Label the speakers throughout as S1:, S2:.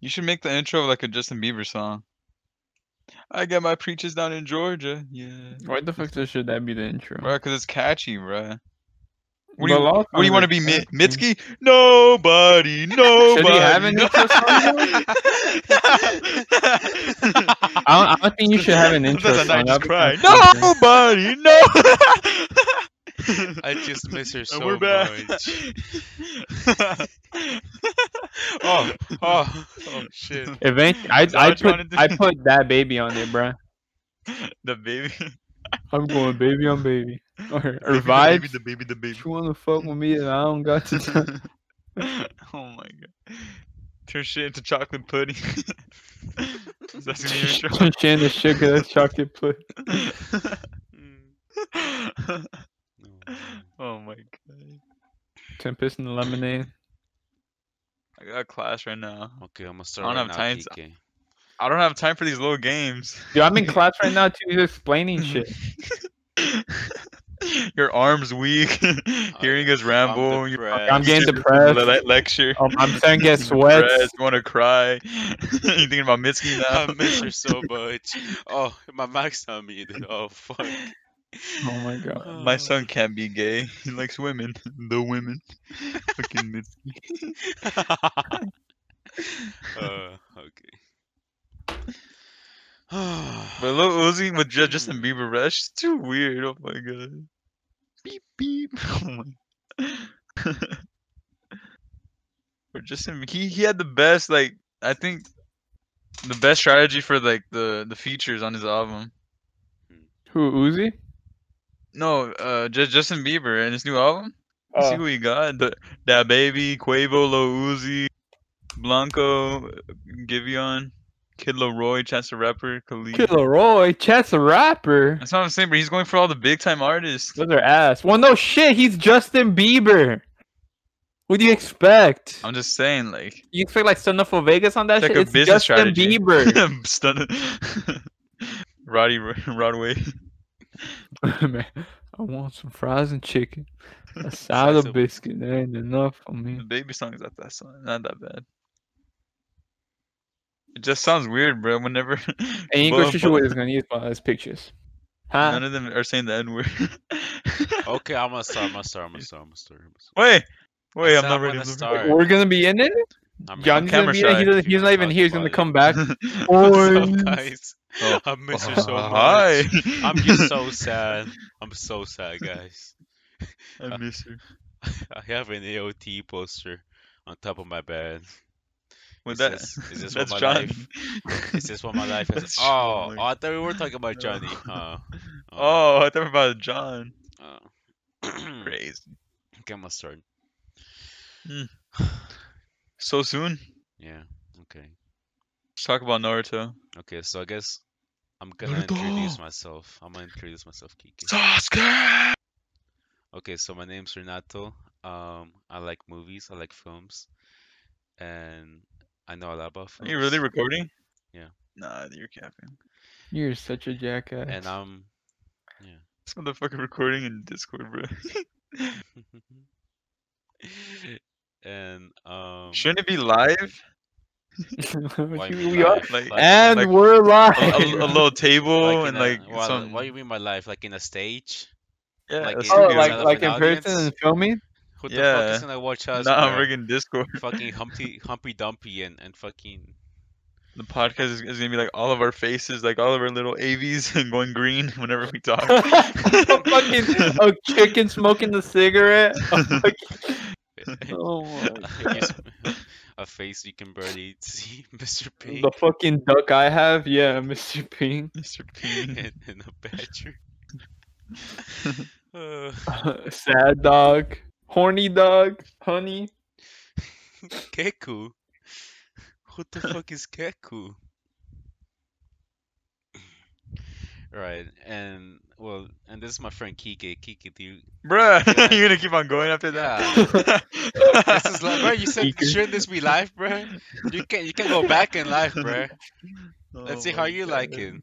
S1: You should make the intro like a Justin Bieber song. I got my preachers down in Georgia. Yeah.
S2: Why the fuck does- should that be the intro?
S1: Bruh, cause it's catchy, bruh. What
S2: But
S1: do
S2: a
S1: you,
S2: lot of
S1: what do you
S2: songs
S1: want to
S2: are
S1: be, Mi-
S2: catchy.
S1: Mitski? Nobody, nobody.
S2: have an intro I don't, I don't think you should have an intro.
S1: Sometimes I
S2: song,
S1: might
S2: that'd
S1: just
S2: be
S1: cry.
S2: confusing.
S1: Nobody, no.
S3: I just miss her so
S1: and we're back.
S3: much.
S1: oh,
S3: Oh, oh, oh shit.
S2: Eventually, I,
S1: Is that
S2: I
S1: what you wanna
S2: put
S1: do?
S2: I put that baby on there, bruh.
S1: the baby.
S2: I'm going baby on baby. Or, or
S1: Baby,
S2: vibes.
S1: the baby, the baby.
S2: If you wanna fuck with me, and I don't got to. time.
S1: oh my god. Turn shit into chocolate pudding. That's gonna be your intro.
S2: Some shit in the sugar that's chocolate pudding.
S3: Mm. No,
S1: oh my god.
S2: Tempest and lemonade.
S1: I got class right now.
S3: Okay, I'm gonna start
S1: I
S3: right
S1: don't
S3: now,
S1: have time to-
S3: Kike.
S1: I don't have time for these little games.
S2: Dude, I'm in class right now too. He's explaining shit.
S1: Your arms weak. Hearing us ramble.
S3: I'm
S1: your-
S3: depressed.
S2: I'm getting
S1: Le-
S2: depressed.
S1: le- lecture.
S2: Um, I'm starting to get
S1: Depressed,
S2: sweats.
S1: You want to cry? you thinking about Mitski now?
S3: I miss her so much. Oh, my mic's not muted. Oh fuck.
S2: Oh my god.
S1: My son can't be gay. He likes women. The women. Fucking Mitski.
S3: Uh, okay.
S1: But Lil Uzi with Ju- Justin Bieber, bro, that's just too weird. Oh my god. Beep beep. Oh my. or Justin, he he had the best like I think the best strategy for like the the features on his album.
S2: Who Uzi?
S1: No, uh, just Justin Bieber and his new album.
S3: Uh,
S1: Let's see
S2: Oh,
S1: who he got. The, that baby, Quavo, Lil Uzi, Blanco, Giveon, Kid Leroy, Chance the Rapper, Khalid.
S2: Killer Roy, Chet's a rapper.
S1: That's what I'm saying, but he's going for all the big time artists.
S2: Those are ass. Well, no shit. He's Justin Bieber. What do you expect?
S1: I'm just saying, like,
S2: You expect like Son of Vegas on
S1: It's
S2: that
S1: like
S2: shit?
S1: a
S2: it's
S1: business
S2: Justin
S1: strategy.
S2: Bieber.
S1: I'm stunned. Roddy Ro- Rodway. Oh,
S2: Man, I want some fries and chicken, a side
S3: so-
S2: of biscuit. That ain't enough for me.
S1: The baby song's not that song, not that bad. It just sounds weird, bro. Whenever
S2: And you
S1: both-
S2: go shoot what he's gonna use for his pictures. Huh?
S3: Ah.
S1: none of them are saying the N word.
S3: Okay, I'm gonna start. I'm gonna start. I'm gonna start. I'm gonna start. I'm gonna start.
S1: Wait, wait,
S3: I
S1: I'm
S3: said
S1: not
S3: I'm
S1: ready.
S3: gonna
S1: Lou.
S3: start.
S2: We're gonna be in it.
S3: I'm
S2: Johnny's
S1: camera
S2: gonna be in it.
S1: shy.
S2: He doesn't,
S3: He
S2: he's
S3: won't
S2: not even
S3: talk
S2: here. He's gonna come back.
S3: about it. What's up,
S2: Boys.
S3: guys?
S1: Oh.
S3: I miss her so much.
S2: Uh-huh.
S1: Hi.
S3: I'm just so sad. I'm so sad, guys.
S1: I miss her.
S3: I have an AOT poster on top of my bed.
S1: With
S3: Is
S1: that,
S3: this- is this what
S1: that's
S3: my
S1: Johnny.
S3: It's just what my life has.
S1: That's
S3: Oh,
S1: true.
S3: oh, I thought we were talking about Johnny. huh?
S1: Oh, I thought about John.
S3: Uh,
S1: Crazy.
S3: okay, I'm gonna start.
S1: Mm. So soon?
S3: Yeah. Okay.
S1: Let's talk about Naruto.
S3: Okay. So I guess I'm gonna introduce
S1: Naruto!
S3: myself. I'm gonna introduce myself, Kiki.
S1: Sasuke.
S3: Okay, so my name's Renato. Um, I like movies, I like films, and I know a lot about
S1: Are you really
S3: films.
S1: recording?
S3: Yeah.
S1: Nah, you're capping.
S2: You're such a jackass.
S3: And I'm
S1: This motherfucker recording in Discord, bro.
S3: and um
S1: Shouldn't it be live?
S3: why
S2: Here
S3: you mean
S2: we are.
S3: live?
S1: like-
S3: Like-
S2: And
S1: like-
S2: we're live.
S1: A, a- a little table
S3: like
S1: and
S3: in
S1: like
S3: a, well,
S1: some.
S3: what do you mean by live? Like in a stage?
S1: yeah,
S3: like
S1: a
S2: oh,
S3: in-
S1: studio.
S2: like
S3: Set up
S2: like
S3: an
S2: in person
S3: audience?
S2: and filming.
S3: Who the fuck
S1: Yeah.
S3: is gonna watch us?
S1: Nah,
S3: bruh?
S1: I'm freaking Discord.
S3: Fucking Humpty Humpy Dumpy and and fucking
S1: The podcast is, is gonna be like all of our faces, like all of our little AVs, and going green whenever we talk.
S2: a fucking a chicken smoking the cigarette. A fucking- oh my
S3: I guess a face you can barely see, Mr. Pink,
S2: The fucking duck I have, yeah, Mr. Ping.
S1: Mr. P.
S3: and, and a badger. Uh,
S2: Sad dog, horny dog, honey.
S3: Keku? What the fuck is Keku? Right, and well, and this is my friend Kike. Kike, do you?
S1: Bruh,
S3: Yeah.
S1: you're gonna keep on going after that.
S3: This is live, bro. You said
S2: Kike.
S3: shouldn't this be live, bro? You can you can go back in live, bro. Let's
S1: Oh
S3: see
S1: my
S3: how you
S1: God.
S3: like it.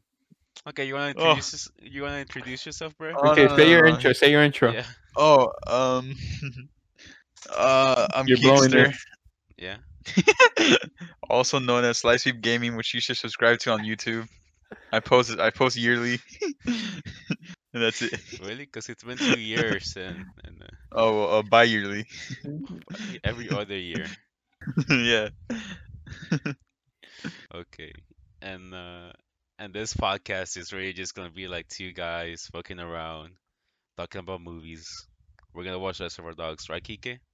S3: Okay, you wanna
S1: Oh.
S3: introduce yours- you wanna introduce yourself, bro?
S1: Oh,
S2: okay,
S1: no,
S2: say
S1: no,
S2: your
S1: no.
S2: intro. Say your intro.
S3: Yeah,
S1: Oh, um, uh, I'm
S2: You're blowing
S1: Keekster.
S2: it.
S3: yeah.
S1: also known as Slice Sweep Gaming, which you should subscribe to on YouTube. I post it. I post yearly, and that's it.
S3: Really? Because it's been two years and, and uh,
S1: Oh, well, uh, bi-yearly.
S3: every other year.
S1: yeah.
S3: Okay. And uh and this podcast is really just gonna be like two guys fucking around, talking about movies. We're gonna watch Last of Our Dogs, right, Kike?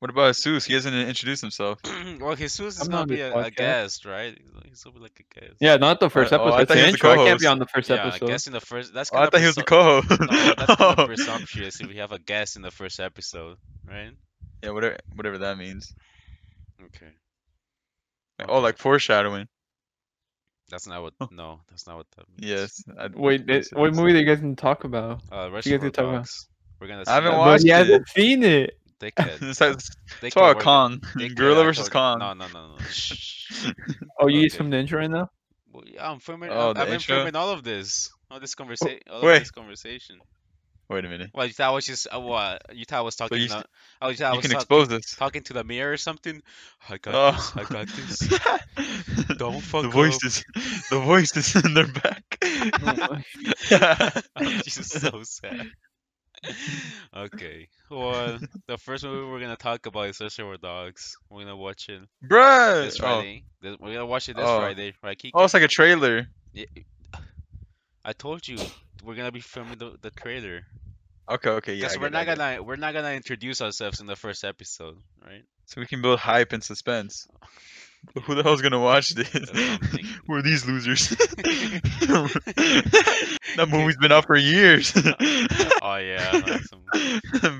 S1: What about Jesus? He hasn't introduced himself.
S3: well, Jesus is
S2: I'm
S3: gonna
S2: on this
S3: be a, a
S2: podcast.
S3: guest, right? He's gonna be like a guest.
S2: Yeah, not the first
S1: Uh, oh, I
S2: episode.
S1: thought he
S2: the
S1: was the
S2: intro. I can't be
S1: co-host.
S2: on the first
S3: Yeah,
S2: episode.
S3: a guest in the first. That's
S1: Oh, I
S3: kinda
S1: thought he was the
S3: presu-
S1: co-host.
S3: No, that's kind of presumptuous if you have a guest in the first episode, right?
S1: yeah, whatever, whatever that means.
S3: Okay.
S1: Like, Oh, like foreshadowing.
S3: That's not what. No, that's not what that means.
S1: Yes. I,
S2: Wait,
S1: that's-
S2: it, what
S1: that's-
S2: movie are you guys gonna talk about?
S3: Uh, Rush
S2: guys
S3: of Our
S2: can talk about-
S3: Dogs. We're gonna.
S1: I haven't
S3: see-
S2: But
S1: watched
S2: he
S1: it.
S2: hasn't seen it.
S3: Dickhead.
S1: This has-
S3: Dickhead,
S1: It's called
S3: we're-
S1: Kong.
S3: Dickhead,
S1: Gorilla
S3: I
S1: versus
S3: told-
S1: Kong.
S3: No, no, no, no. Shh.
S2: Oh, you used
S3: Okay.
S2: from the intro right now?
S3: Well, yeah, I'm filming.
S1: Oh,
S3: I'm,
S1: the
S3: I've been
S1: intro? Oh,
S3: filming all of this, all this conversation, all
S1: wait.
S3: of this conversation.
S1: Wait a minute.
S3: Well, you thought I was just uh, what? You thought I was talking?
S1: you
S3: to-
S1: st-
S3: oh, you thought I
S1: you
S3: was
S1: can
S3: talk-
S1: expose this.
S3: talking to the mirror or something? I got
S1: Oh.
S3: this. I got this. Don't
S1: Don't
S3: fuck
S1: The
S3: up.
S1: voices. The voices in their back.
S2: Oh
S3: I'm just Oh, so sad. okay. Well, the first movie we're gonna talk about is Reservoir Dogs. We're gonna watch it
S1: Bruh.
S3: this
S1: Oh.
S3: Friday. This- we're gonna watch it this
S1: Oh.
S3: Friday, right? Kiki?
S1: oh, it's like a trailer.
S3: Yeah, I told you we're gonna be filming the, the trailer.
S1: Okay, okay, yeah.
S3: Because
S1: I
S3: we're
S1: get it, I
S3: not
S1: get it.
S3: gonna we're not gonna introduce ourselves in the first episode, right?
S1: So we can build hype and suspense. But Who the hell's gonna watch this?
S3: what I'm thinking.
S1: We're these losers. that movie's been out for years.
S3: oh yeah. I know, some-